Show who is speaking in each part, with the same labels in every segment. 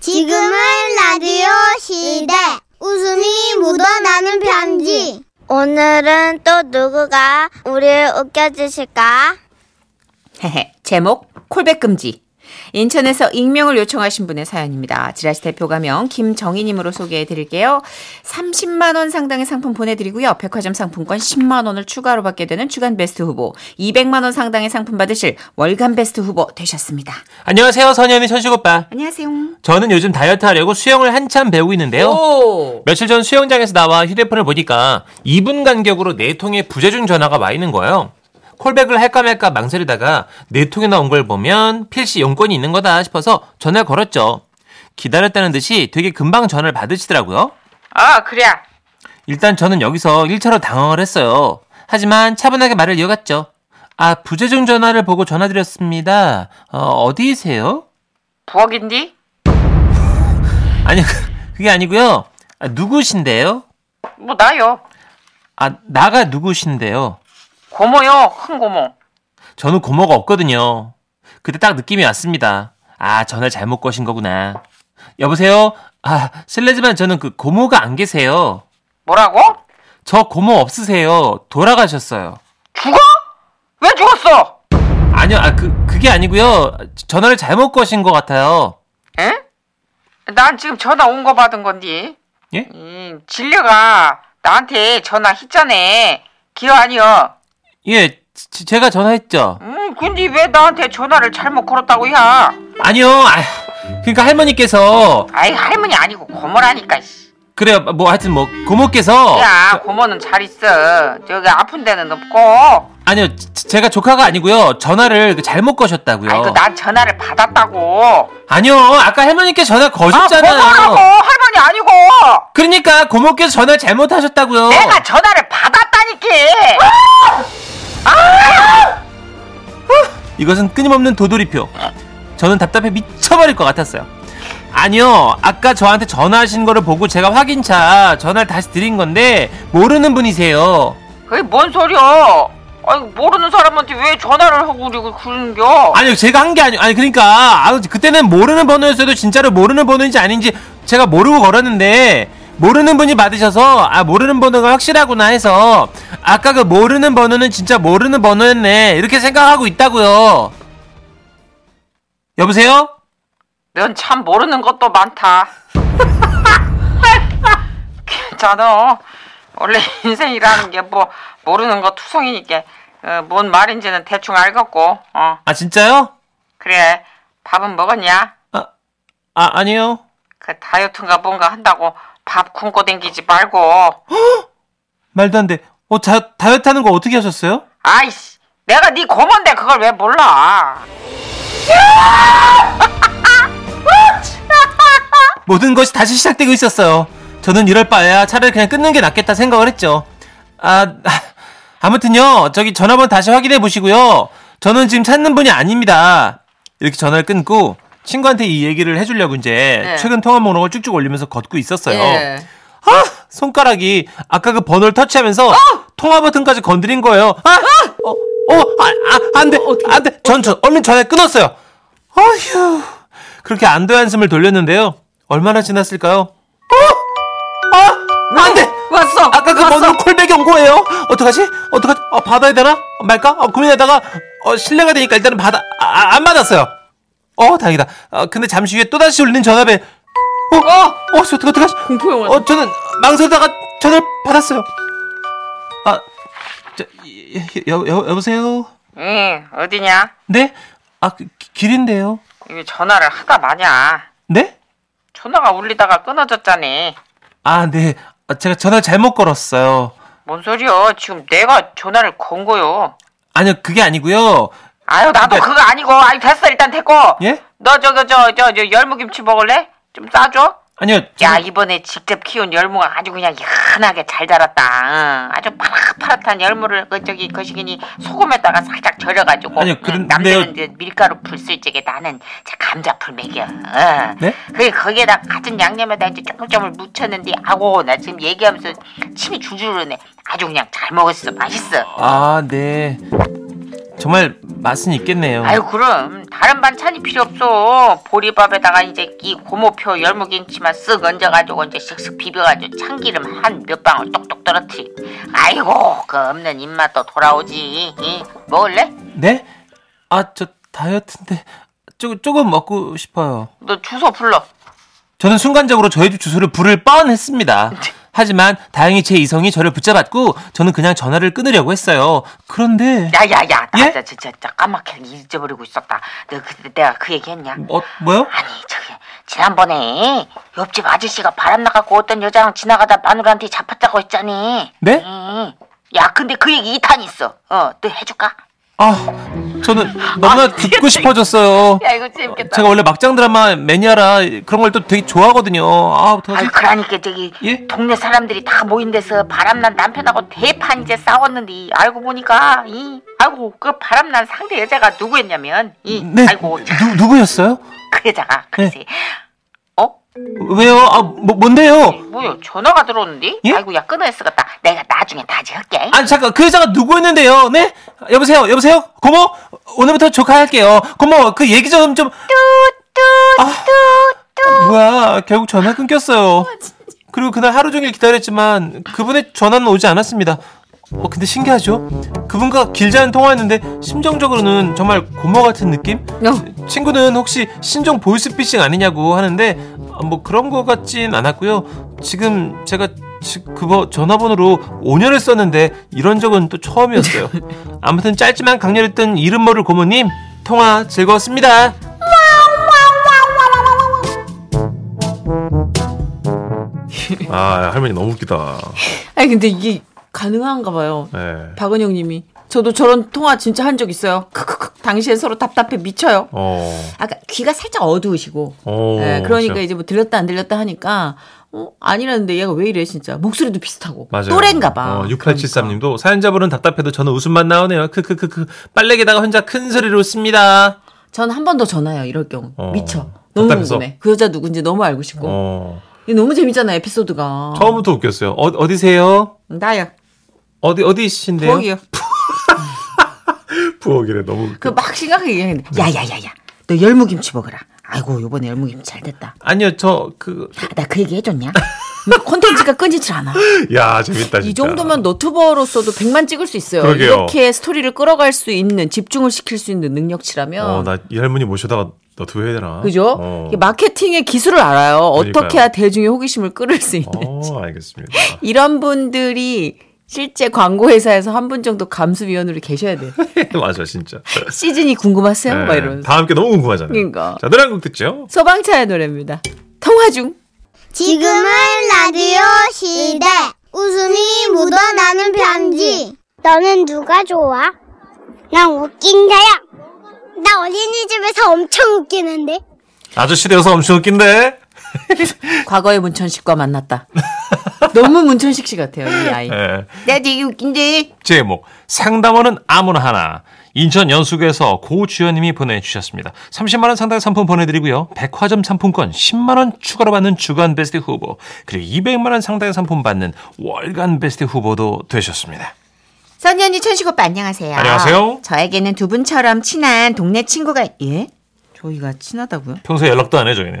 Speaker 1: 지금은 라디오 시대. 웃음이 묻어나는 편지. 오늘은 또 누구가 우리를 웃겨주실까?
Speaker 2: 헤헤. 제목 콜백 금지. 인천에서 익명을 요청하신 분의 사연입니다. 지라시 대표 가명 김정희님으로 소개해 드릴게요. 30만 원 상당의 상품 보내드리고요. 백화점 상품권 10만 원을 추가로 받게 되는 주간 베스트 후보, 200만 원 상당의 상품 받으실 월간 베스트 후보 되셨습니다.
Speaker 3: 안녕하세요, 선현이 천식 오빠.
Speaker 2: 안녕하세요.
Speaker 3: 저는 요즘 다이어트 하려고 수영을 한참 배우고 있는데요.
Speaker 2: 오.
Speaker 3: 며칠 전 수영장에서 나와 휴대폰을 보니까 2분 간격으로 네 통의 부재중 전화가 와 있는 거예요. 콜백을 할까 말까 망설이다가 네 통이나 온 걸 보면 필시 용건이 있는 거다 싶어서 전화를 걸었죠. 기다렸다는 듯이 되게 금방 전화를 받으시더라고요.
Speaker 2: 아, 그래.
Speaker 3: 일단 저는 여기서 1차로 당황을 했어요. 하지만 차분하게 말을 이어갔죠. 아, 부재중 전화를 보고 전화드렸습니다. 어, 어디세요?
Speaker 2: 부엌인디?
Speaker 3: 아니 그게 아니고요. 아, 누구신데요?
Speaker 2: 뭐 나요.
Speaker 3: 아 나가 누구신데요?
Speaker 2: 고모요. 큰 고모.
Speaker 3: 저는 고모가 없거든요. 그때 딱 느낌이 왔습니다. 아 전화 잘못 거신 거구나. 여보세요. 아 실례지만 저는 그 고모가 안 계세요.
Speaker 2: 뭐라고?
Speaker 3: 저 고모 없으세요. 돌아가셨어요.
Speaker 2: 죽어? 왜 죽었어?
Speaker 3: 아니요. 아 그 그게 아니고요. 전화를 잘못 거신 것 같아요.
Speaker 4: 에? 난 지금 전화 온 거 받은 건디.
Speaker 3: 예?
Speaker 4: 음, 진려가 나한테 전화 했잖아. 기어 아니여.
Speaker 3: 예. 지- 제가 전화했죠.
Speaker 4: 음, 근데 왜 나한테 전화를 잘못 걸었다고 야?
Speaker 3: 아니요. 아, 그러니까 할머니께서
Speaker 4: 아이 할머니 아니고 고모라니까. 씨.
Speaker 3: 그래요. 뭐 하여튼 뭐 고모께서
Speaker 4: 야, 고모는 잘 있어. 저기 아픈 데는 없고.
Speaker 3: 아니요, 제- 제가 조카가 아니고요. 전화를 그 잘못 거셨다고요.
Speaker 4: 아이고 난 전화를 받았다고.
Speaker 3: 니요 아까 할머니께 전화 거셨잖아요.
Speaker 4: 아, 고모라고 할머니 아니고.
Speaker 3: 그러니까 고모께서 전화 를 잘못하셨다고요.
Speaker 4: 내가 전화를 받았다니까.
Speaker 3: 이것은 끊임없는 도돌이표. 저는 답답해 미쳐버릴 것 같았어요. 아니요, 아까 저한테 전화하신 거를 보고 제가 확인차 전화를 다시 드린 건데 모르는 분이세요.
Speaker 4: 그게 뭔 소리야? 아니 모르는 사람한테 왜 전화를 하고 우리고 그러는겨?
Speaker 3: 아니요, 제가 한 게 아니요. 아니 그러니까 아, 그때는 모르는 번호였어도 진짜로 모르는 번호인지 아닌지 제가 모르고 걸었는데 모르는 분이 받으셔서 아 모르는 번호가 확실하구나 해서 아까 그 모르는 번호는 진짜 모르는 번호였네 이렇게 생각하고 있다고요. 여보세요?
Speaker 4: 넌 참 모르는 것도 많다. 괜찮아. 원래 인생이라는 게 뭐 모르는 거 투성이니까 어, 뭔 말인지는 대충 알겠고. 어
Speaker 3: 아 진짜요?
Speaker 4: 그래 밥은 먹었냐?
Speaker 3: 아, 아 아니요.
Speaker 4: 그 다이어트인가 뭔가 한다고 밥 굶고 댕기지 말고.
Speaker 3: 말도 안 돼. 어 자, 다이어트 하는 거 어떻게 하셨어요?
Speaker 4: 아이씨 내가 네 고모인데 그걸 왜 몰라?
Speaker 3: 모든 것이 다시 시작되고 있었어요. 저는 이럴 바에야 차라리 그냥 끊는 게 낫겠다 생각을 했죠. 아, 아무튼요, 저기 전화번호 다시 확인해 보시고요. 저는 지금 찾는 분이 아닙니다. 이렇게 전화를 끊고 친구한테 이 얘기를 해주려고 이제
Speaker 4: 네.
Speaker 3: 최근 통화 목록을 쭉쭉 올리면서 걷고 있었어요.
Speaker 4: 예.
Speaker 3: 아, 손가락이 아까 그 번호를 터치하면서 통화 버튼까지 건드린 거예요. 아, 어, 어, 아, 아, 안 돼, 안 돼. 전, 전, 얼른 전화 끊었어요. 어휴. 그렇게 안도의 한숨을 돌렸는데요. 얼마나 지났을까요? 어? 아, 안 돼.
Speaker 4: 왔어.
Speaker 3: 아까 그 번호 콜백이 온 거예요. 어떡하지? 어떡하지? 어, 받아야 되나? 말까? 어, 고민하다가 어, 신뢰가 되니까 일단은 받아 아, 아, 안 받았어요. 어, 다행이다. 어, 근데 잠시 후에 또 다시 울리는 전화벨. 어, 어, 저 어떡 어떡하지?
Speaker 4: 공포 영화.
Speaker 3: 어, 저는 망설다가 전화를 받았어요. 아, 저, 여, 여, 여보세요?
Speaker 4: 응 어디냐?
Speaker 3: 네? 아, 그, 기- 길인데요.
Speaker 4: 이거 전화를 하다 마냐?
Speaker 3: 네?
Speaker 4: 전화가 울리다가 끊어졌잖니.
Speaker 3: 아, 네. 아, 제가 전화 잘못 걸었어요.
Speaker 4: 뭔 소리야? 지금 내가 전화를 건 거요.
Speaker 3: 아니요, 그게 아니고요.
Speaker 4: 아유 나도
Speaker 3: 근데-
Speaker 4: 그거 아니고 아니 됐어 일단 됐고.
Speaker 3: 네. 예?
Speaker 4: 너 저거 저저 저, 저 열무김치 먹을래? 좀 싸줘.
Speaker 3: 아니요.
Speaker 4: 야 이번에 직접 키운 열무가 아주 그냥 연하게 잘 자랐다. 응. 아주 파릇파릇한 열무를 그 저기 거시기니 소금에다가 살짝 절여가지고.
Speaker 3: 아니요,
Speaker 4: 응,
Speaker 3: 그런-
Speaker 4: 남들은
Speaker 3: 근데요.
Speaker 4: 이제 밀가루 풀쓸 적에 나는 저 감자풀 먹여. 응.
Speaker 3: 네?
Speaker 4: 그 거기에다 같은 양념에다 이제 조금 조금 묻혔는데 아고 나 지금 얘기하면서 침이 줄줄 흐르네. 아주 그냥 잘 먹었어. 맛있어.
Speaker 3: 아, 네. 정말 맛은 있겠네요.
Speaker 4: 아유 그럼 다른 반찬이 필요 없어 보리밥에다가 이제 이 고모표 열무김치만 쓱 얹어가지고 이제 쓱쓱 비벼가지고 참기름 한 몇 방울 똑똑 떨어뜨리 아이고 그 없는 입맛도 돌아오지 이, 먹을래?
Speaker 3: 네? 아, 저 다이어트인데 조, 조금 먹고 싶어요.
Speaker 4: 너 주소 불러
Speaker 3: 저는 순간적으로 저의 집 주소를 부를 뻔했습니다. 하지만 다행히 제 이성이 저를 붙잡았고 저는 그냥 전화를 끊으려고 했어요. 그런데
Speaker 4: 야야야
Speaker 3: 예?
Speaker 4: 나 진짜 진짜 까맣게 잊어버리고 있었다 너 그때 내가 그 얘기했냐?
Speaker 3: 어 뭐요?
Speaker 4: 아니 저기 지난번에 옆집 아저씨가 바람 나갖고 어떤 여자랑 지나가다 마누라한테 잡혔다고 했잖니
Speaker 3: 네?
Speaker 4: 응. 야 근데 그 얘기 2탄 있어 어 너 해줄까?
Speaker 3: 아 저는 너무나 듣고 싶어졌어요.
Speaker 4: 아, 야 이거 재밌겠다.
Speaker 3: 제가 원래 막장 드라마 매니아라 그런 걸 또 되게 좋아하거든요. 아
Speaker 4: 아유
Speaker 3: 어떡하지?
Speaker 4: 그러니까 저기
Speaker 3: 예?
Speaker 4: 동네 사람들이 다 모인 데서 바람난 남편하고 대판 이제 싸웠는데 이 알고 보니까 이 아이고 그 바람난 상대 여자가 누구였냐면 이
Speaker 3: 네
Speaker 4: 아이고 참,
Speaker 3: 누, 네. 누구였어요?
Speaker 4: 그 여자가 글쎄 어
Speaker 3: 왜요? 아 뭐, 뭔데요?
Speaker 4: 뭐야 전화가 들어오는데
Speaker 3: 예?
Speaker 4: 아이고 야 끊어야 쓰겠다 내가 나중에 다시 할게
Speaker 3: 아 잠깐 그 여자가 누구였는데요? 네? 여보세요 여보세요 고모 오늘부터 조카할게요 고모 그 얘기 좀 좀 아, 뭐야 결국 전화 끊겼어요 그리고 그날 하루 종일 기다렸지만 그분의 전화는 오지 않았습니다 어 근데 신기하죠 그분과 길지 않은 통화였는데 심정적으로는 정말 고모 같은 느낌
Speaker 2: 어.
Speaker 3: 친구는 혹시 신종 보이스피싱 아니냐고 하는데 아, 뭐 그런 거 같진 않았고요. 지금 제가 지- 그거 전화번호로 5년을 썼는데 이런 적은 또 처음이었어요. 아무튼 짧지만 강렬했던 이름 모를 고모님 통화 즐거웠습니다.
Speaker 5: 아 할머니 너무 웃기다.
Speaker 2: 아니 근데 이게 가능한가 봐요.
Speaker 5: 네.
Speaker 2: 박은영 님이 저도 저런 통화 진짜 한 적 있어요. 크크크. 당시엔 서로 답답해 미쳐요.
Speaker 5: 어.
Speaker 2: 아까 귀가 살짝 어두우시고.
Speaker 5: 오,
Speaker 2: 예, 그러니까
Speaker 5: 진짜.
Speaker 2: 이제 뭐 들렸다 안 들렸다 하니까 어, 아니라는데 얘가 왜 이래 진짜. 목소리도 비슷하고.
Speaker 5: 맞아요.
Speaker 2: 또래인가 봐. 그러니까.
Speaker 5: 어, 6873님도 사연자분은 답답해도 저는 웃음만 나오네요. 크크크크. 빨래기다가 혼자 큰 소리로 웃습니다.
Speaker 2: 전 한 번 더 전화요 이럴 경우.
Speaker 5: 어,
Speaker 2: 미쳐. 너무
Speaker 5: 답답해서?
Speaker 2: 궁금해. 그 여자 누군지 너무 알고 싶고.
Speaker 5: 어.
Speaker 2: 이게 너무 재밌잖아 에피소드가.
Speaker 5: 처음부터 웃겼어요. 어, 어디세요?
Speaker 2: 나요.
Speaker 5: 어디 어디신데요?
Speaker 2: 부엌이요.
Speaker 5: 부엌이래. 너무 웃겨.
Speaker 2: 그 막 심각하게 얘기하는데
Speaker 5: 네.
Speaker 2: 야야야야 너 열무김치 먹으라. 아이고 요번에 열무김치 잘 됐다.
Speaker 5: 아니요. 저그
Speaker 2: 나 그 얘기 해줬냐? 뭐 콘텐츠가 끊이질 않아.
Speaker 5: 야, 재밌다 진짜.
Speaker 2: 이 정도면 너튜버로서도 100만 찍을 수 있어요.
Speaker 5: 그러게요.
Speaker 2: 이렇게 스토리를 끌어갈 수 있는 집중을 시킬 수 있는 능력치라면
Speaker 5: 어, 나 이 할머니 모셔다가 너튜브 해야 되나?
Speaker 2: 그죠?
Speaker 5: 어.
Speaker 2: 이게 마케팅의 기술을 알아요. 어떻게
Speaker 5: 그러니까요.
Speaker 2: 해야 대중의 호기심을 끌을 수 있는.
Speaker 5: 어, 알겠습니다.
Speaker 2: 이런 분들이 실제 광고회사에서 한 분 정도 감수위원으로 계셔야 돼요.
Speaker 5: 맞아, 진짜.
Speaker 2: 시즌이 궁금하세요? 네. 막 이러면서.
Speaker 5: 네. 다음 게 너무 궁금하잖아요.
Speaker 2: 그러니까.
Speaker 5: 자, 노래 한 곡 듣죠?
Speaker 2: 소방차의 노래입니다. 통화 중.
Speaker 1: 지금은 라디오 시대. 웃음이 묻어나는 편지. 너는 누가 좋아? 난 웃긴 자야. 나 어린이집에서 엄청 웃기는데.
Speaker 5: 아저씨 되어서 엄청 웃긴데?
Speaker 2: 과거의 문천식과 만났다. 너무 문천식 씨 같아요, 이 아이.
Speaker 5: 예.
Speaker 2: 나 되게 웃긴데.
Speaker 5: 제목 상담원은 아무나 하나 인천 연수구에서 고주연님이 보내주셨습니다. 30만 원 상당 상품 보내드리고요. 백화점 상품권 10만 원 추가로 받는 주간 베스트 후보 그리고 200만 원 상당 상품 받는 월간 베스트 후보도 되셨습니다.
Speaker 2: 선녀 언니, 천식 오빠 안녕하세요.
Speaker 5: 안녕하세요.
Speaker 2: 저에게는 두 분처럼 친한 동네 친구가 예? 저희가 친하다고요?
Speaker 5: 평소에 연락도 안 해줘 얘는.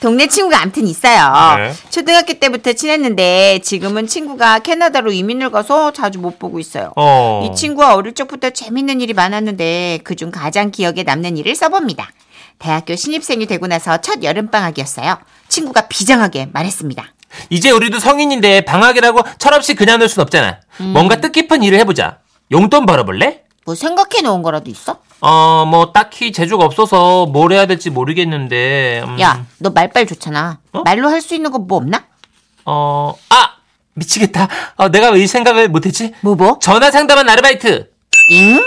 Speaker 2: 동네 친구가 암튼 있어요.
Speaker 5: 네.
Speaker 2: 초등학교 때부터 친했는데 지금은 친구가 캐나다로 이민을 가서 자주 못 보고 있어요.
Speaker 5: 어.
Speaker 2: 이 친구와 어릴 적부터 재밌는 일이 많았는데 그중 가장 기억에 남는 일을 써봅니다. 대학교 신입생이 되고 나서 첫 여름방학이었어요. 친구가 비장하게 말했습니다.
Speaker 3: 이제 우리도 성인인데 방학이라고 철없이 그냥 놀 순 없잖아.
Speaker 2: 음.
Speaker 3: 뭔가 뜻깊은 일을 해보자. 용돈 벌어볼래?
Speaker 2: 뭐 생각해 놓은 거라도 있어?
Speaker 3: 어, 뭐 딱히 재주가 없어서 뭘 해야 될지 모르겠는데. 음,
Speaker 2: 야, 너 말빨 좋잖아. 말로 할 수 있는 거 뭐 없나?
Speaker 3: 어, 아 미치겠다. 어, 내가 왜 이 생각을 못했지?
Speaker 2: 뭐 뭐?
Speaker 3: 전화 상담한 아르바이트.
Speaker 2: 응?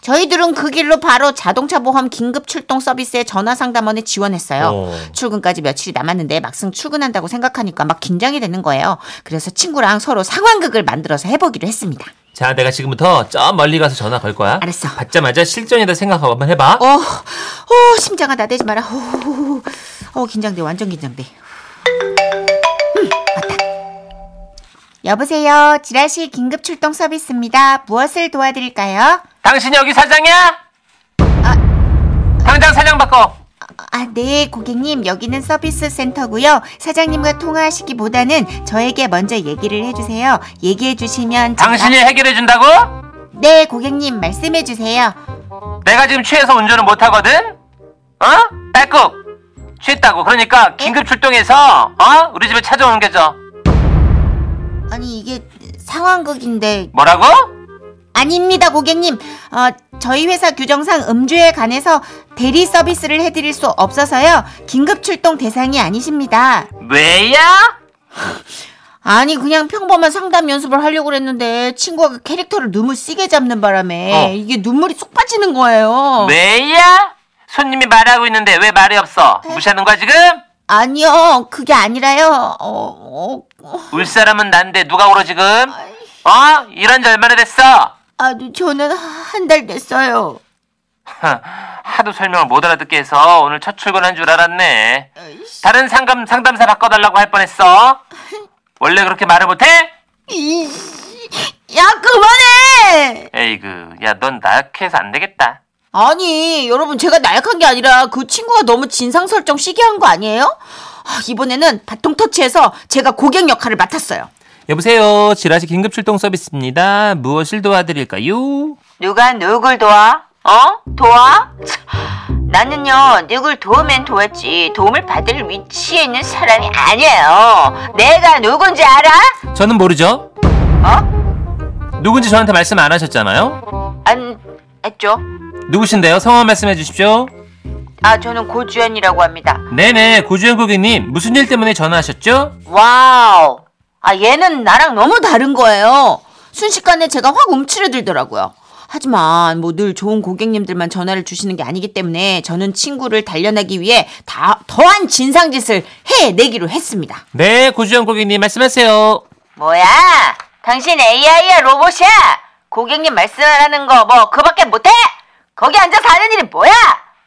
Speaker 2: 저희들은 그 길로 바로 자동차 보험 긴급 출동 서비스의 전화 상담원에 지원했어요.
Speaker 5: 어.
Speaker 2: 출근까지 며칠이 남았는데 막상 출근한다고 생각하니까 막 긴장이 되는 거예요. 그래서 친구랑 서로 상황극을 만들어서 해보기로 했습니다.
Speaker 3: 자, 내가 지금부터 저 멀리 가서 전화 걸 거야.
Speaker 2: 알았어.
Speaker 3: 받자마자 실전이다 생각하고 한번 해봐.
Speaker 2: 어, 어, 심장아 나대지 마라. 어, 어 긴장돼, 완전 긴장돼. 음, 왔다. 여보세요. 지라시 긴급 출동 서비스입니다. 무엇을 도와드릴까요?
Speaker 3: 당신 여기 사장이야? 당장 사장 바꿔.
Speaker 2: 아, 네, 고객님. 여기는 서비스 센터고요. 사장님과 통화하시기보다는 저에게 먼저 얘기를 해 주세요. 얘기해 주시면 제가-
Speaker 3: 당신이 해결해 준다고?
Speaker 2: 네, 고객님 말씀해 주세요.
Speaker 3: 내가 지금 취해서 운전을 못 하거든. 어? 딸꾹 취했다고. 그러니까 긴급 출동해서 어 우리 집에 찾아오는 게죠.
Speaker 2: 아니, 이게 상황극인데
Speaker 3: 뭐라고?
Speaker 2: 아닙니다, 고객님. 어, 저희 회사 규정상 음주에 관해서 대리 서비스를 해 드릴 수 없어서요. 긴급 출동 대상이 아니십니다.
Speaker 3: 왜야?
Speaker 2: 아니 그냥 평범한 상담 연습을 하려고 그랬는데 친구가 그 캐릭터를 눈물 쓰게 잡는 바람에
Speaker 3: 어. 네.
Speaker 2: 이게 눈물이 쏙 빠지는 거예요.
Speaker 3: 왜야? 손님이 말하고 있는데 왜 말이 없어? 무시하는 거야 지금?
Speaker 2: 아니요 그게 아니라요. 어, 어, 어,
Speaker 3: 울 사람은 난데 누가 울어 지금? 어? 이런 지 얼마나 됐어?
Speaker 2: 아 저는 한 달 됐어요.
Speaker 3: 하도 설명을 못 알아듣게 해서 오늘 첫 출근한 줄 알았네.
Speaker 2: 아이씨.
Speaker 3: 다른 상담 상담사 바꿔달라고 할 뻔했어. 원래 그렇게 말을 못해?
Speaker 2: 이씨, 야 그만해.
Speaker 3: 에이그, 야 넌 나약해서 안 되겠다.
Speaker 2: 아니 여러분 제가 나약한 게 아니라 그 친구가 너무 진상 설정 시게 한 거 아니에요? 아, 이번에는 바통 터치해서 제가 고객 역할을 맡았어요.
Speaker 3: 여보세요, 지라시 긴급 출동 서비스입니다. 무엇을 도와드릴까요?
Speaker 4: 누가 누굴 도와? 어? 도와? 참, 나는요 누굴 도우면 도왔지 도움을 받을 위치에 있는 사람이 아니에요 내가 누군지 알아?
Speaker 3: 저는 모르죠.
Speaker 4: 어?
Speaker 3: 누군지 저한테 말씀 안 하셨잖아요.
Speaker 4: 안 했죠?
Speaker 3: 누구신데요? 성함 말씀해 주십시오.
Speaker 4: 아 저는 고주연이라고 합니다
Speaker 3: 네네, 고주현 고객님 무슨 일 때문에 전화하셨죠?
Speaker 2: 와우. 아, 얘는 나랑 너무 다른 거예요. 순식간에 제가 확 움츠러들더라고요. 하지만 뭐 늘 좋은 고객님들만 전화를 주시는 게 아니기 때문에 저는 친구를 단련하기 위해 다 더한 진상짓을 해내기로 했습니다.
Speaker 3: 네, 고주현 고객님 말씀하세요.
Speaker 4: 뭐야 당신 AI야 로봇이야 고객님 말씀하는 거 뭐 그밖에 못해? 거기 앉아서 하는 일이 뭐야?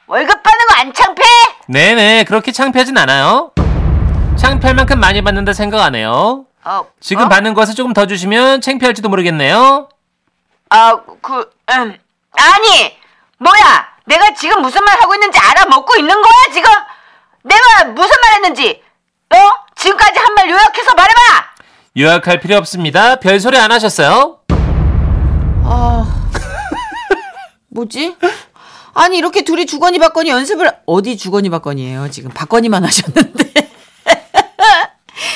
Speaker 4: 월급 받는 거 안 창피해?
Speaker 3: 네네, 그렇게 창피하진 않아요. 창피할 만큼 많이 받는다 생각 안 해요.
Speaker 4: 어,
Speaker 3: 지금
Speaker 4: 어?
Speaker 3: 받는 것을 조금 더 주시면 창피할지도 모르겠네요.
Speaker 4: 아, 그, 음, 아니, 뭐야? 내가 지금 무슨 말 하고 있는지 알아먹고 있는 거야, 지금? 내가 무슨 말 했는지, 어? 지금까지 한 말 요약해서 말해봐!
Speaker 3: 요약할 필요 없습니다. 별소리 안 하셨어요?
Speaker 2: 아. 뭐지? 아니, 이렇게 둘이 주거니 받거니 연습을 어디 주거니 받거니예요. 지금 받거니만 하셨는데.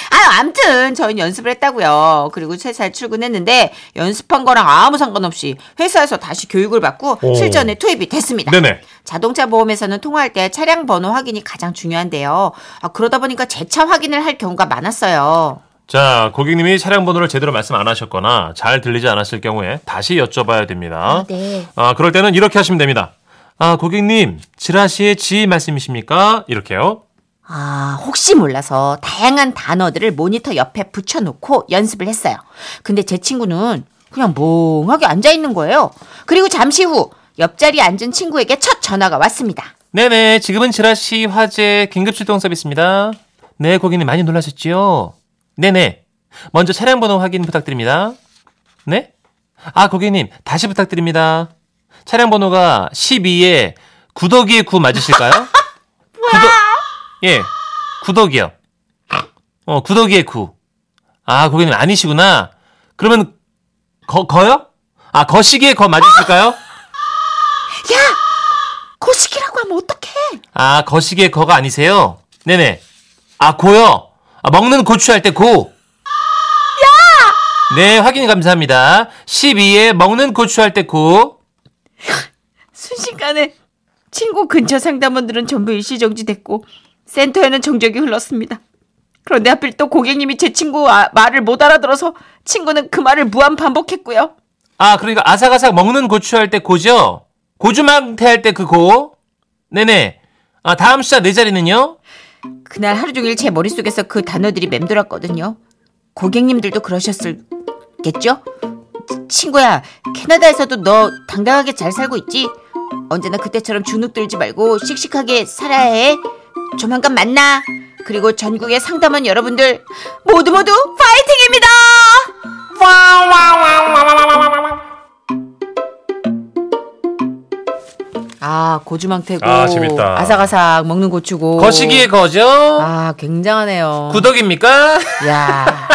Speaker 2: 아, 암튼 저희는 연습을 했다고요. 그리고 세살 출근했는데 연습한 거랑 아무 상관없이 회사에서 다시 교육을 받고
Speaker 5: 오.
Speaker 2: 실전에 투입이 됐습니다.
Speaker 5: 네네.
Speaker 2: 자동차 보험에서는 통화할 때 차량 번호 확인이 가장 중요한데요. 아, 그러다 보니까 제 차 확인을 할 경우가 많았어요.
Speaker 5: 자, 고객님이 차량 번호를 제대로 말씀 안 하셨거나 잘 들리지 않았을 경우에 다시 여쭤봐야 됩니다.
Speaker 2: 네.
Speaker 5: 아, 그럴 때는 이렇게 하시면 됩니다. 아, 고객님, 지라시의 지 말씀이십니까? 이렇게요.
Speaker 2: 아, 혹시 몰라서 다양한 단어들을 모니터 옆에 붙여놓고 연습을 했어요. 근데 제 친구는 그냥 멍하게 앉아있는 거예요. 그리고 잠시 후 옆자리에 앉은 친구에게 첫 전화가 왔습니다.
Speaker 3: 네네, 지금은 지라시 화재 긴급출동 서비스입니다. 네, 고객님 많이 놀라셨지요? 네네. 먼저 차량 번호 확인 부탁드립니다. 네? 아, 고객님, 다시 부탁드립니다. 차량 번호가 12에 구더기의 구 맞으실까요? 구더... 예, 구더기요. 어, 구더기의 구. 아, 고객님 아니시구나. 그러면, 거, 거요? 아, 거시기의 거 맞으실까요?
Speaker 2: 야! 고시키라고 하면 어떡해!
Speaker 3: 아, 거시기의 거가 아니세요? 네네. 아, 고요. 아, 먹는 고추 할 때 고. 야! 네, 확인 감사합니다. 12에 먹는 고추 할 때 고.
Speaker 2: 순식간에 친구 근처 상담원들은 전부 일시정지 됐고 센터에는 정적이 흘렀습니다. 그런데 하필 또 고객님이 제 친구 아- 말을 못 알아들어서 친구는 그 말을 무한 반복했고요.
Speaker 3: 아, 그러니까 아삭아삭 먹는 고추 할 때 고죠? 고주망태 할 때 그 고. 네네. 아, 다음 숫자 네 자리는요?
Speaker 2: 그날 하루 종일 제 머릿속에서 그 단어들이 맴돌았거든요. 고객님들도 그러셨을겠죠? 치- 친구야, 캐나다에서도 너 당당하게 잘 살고 있지? 언제나 그때처럼 주눅 들지 말고 씩씩하게 살아야 해. 조만간 만나. 그리고 전국의 상담원 여러분들 모두 모두 파이팅입니다! 아, 고주망태고.
Speaker 5: 아, 재밌다.
Speaker 2: 아삭아삭 먹는 고추고.
Speaker 3: 거시기의 거죠?
Speaker 2: 아, 굉장하네요.
Speaker 3: 구덕입니까?
Speaker 2: 야.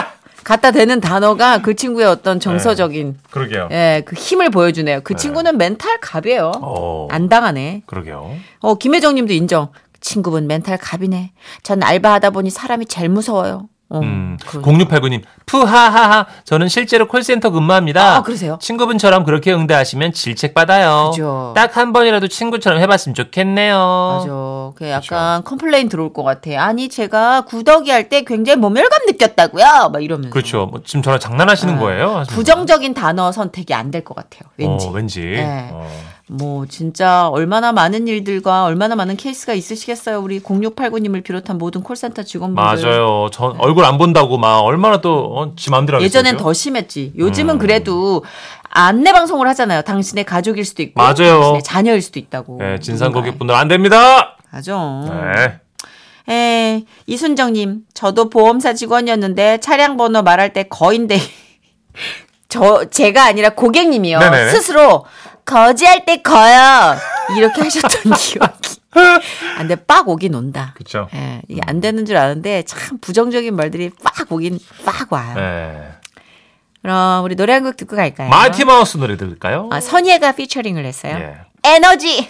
Speaker 2: 갖다 대는 단어가 그 친구의 어떤 정서적인
Speaker 5: 그러게요.
Speaker 2: 예, 그 힘을 보여주네요. 그 친구는 멘탈 갑이에요.
Speaker 5: 네. 어.
Speaker 2: 안 당하네.
Speaker 5: 그러게요.
Speaker 2: 어, 김혜정 님도 인정. 친구분 멘탈 갑이네. 전 알바하다 보니 사람이 제일 무서워요. 어,
Speaker 5: 음,
Speaker 2: 그러네.
Speaker 5: 0689님.
Speaker 3: 푸하하하. 저는 실제로 콜센터 근무합니다.
Speaker 2: 아, 그러세요?
Speaker 3: 친구분처럼 그렇게 응대하시면 질책받아요.
Speaker 2: 그죠.
Speaker 3: 딱 한 번이라도 친구처럼 해봤으면
Speaker 5: 어.
Speaker 3: 좋겠네요.
Speaker 2: 맞아. 그
Speaker 5: 그렇죠.
Speaker 2: 약간 컴플레인 들어올 것 같아. 아니 제가 구더기 할 때 굉장히 모멸감 느꼈다고요. 막 이러면서.
Speaker 5: 그렇죠. 뭐 지금 저랑 장난하시는
Speaker 2: 아,
Speaker 5: 거예요? 하시는
Speaker 2: 부정적인 단어 선택이 안 될 것 같아요.
Speaker 5: 거예요?
Speaker 2: 왠지.
Speaker 5: 어, 왠지.
Speaker 2: 네.
Speaker 5: 어.
Speaker 2: 뭐 진짜 얼마나 많은 일들과 얼마나 많은 케이스가 있으시겠어요. 우리 0689님을 비롯한 모든 콜센터 직원분들.
Speaker 5: 맞아요. 전 얼굴 안 본다고 막 얼마나 또지 마음대로 하겠어요.
Speaker 2: 네. 예전엔
Speaker 5: 그죠? 음.
Speaker 2: 더 심했지. 요즘은 그래도 안내 방송을 하잖아요. 당신의 가족일 수도 있고,
Speaker 5: 맞아요.
Speaker 2: 당신의 자녀일 수도 있다고. 그러니까.
Speaker 5: 네, 진상 고객분들 안 됩니다.
Speaker 2: 맞아.
Speaker 5: 네.
Speaker 2: 에 이순정님, 저도 보험사 직원이었는데 차량 번호 말할 때 거인데 저 제가 아니라 고객님이요
Speaker 5: 네네네.
Speaker 2: 스스로 거지할 때 거요 이렇게 하셨던 기억이. 안 돼, 빡 오긴 온다.
Speaker 5: 그렇죠.
Speaker 2: 예, 이게 안 되는 줄 아는데 참 부정적인 말들이 빡 오긴 빡 와요.
Speaker 5: 네.
Speaker 2: 그럼 우리 노래 한 곡 듣고 갈까요?
Speaker 5: 마이티 마우스 노래 들을까요?
Speaker 2: 아, 선예가 피처링을 했어요.
Speaker 5: 예.
Speaker 2: 에너지.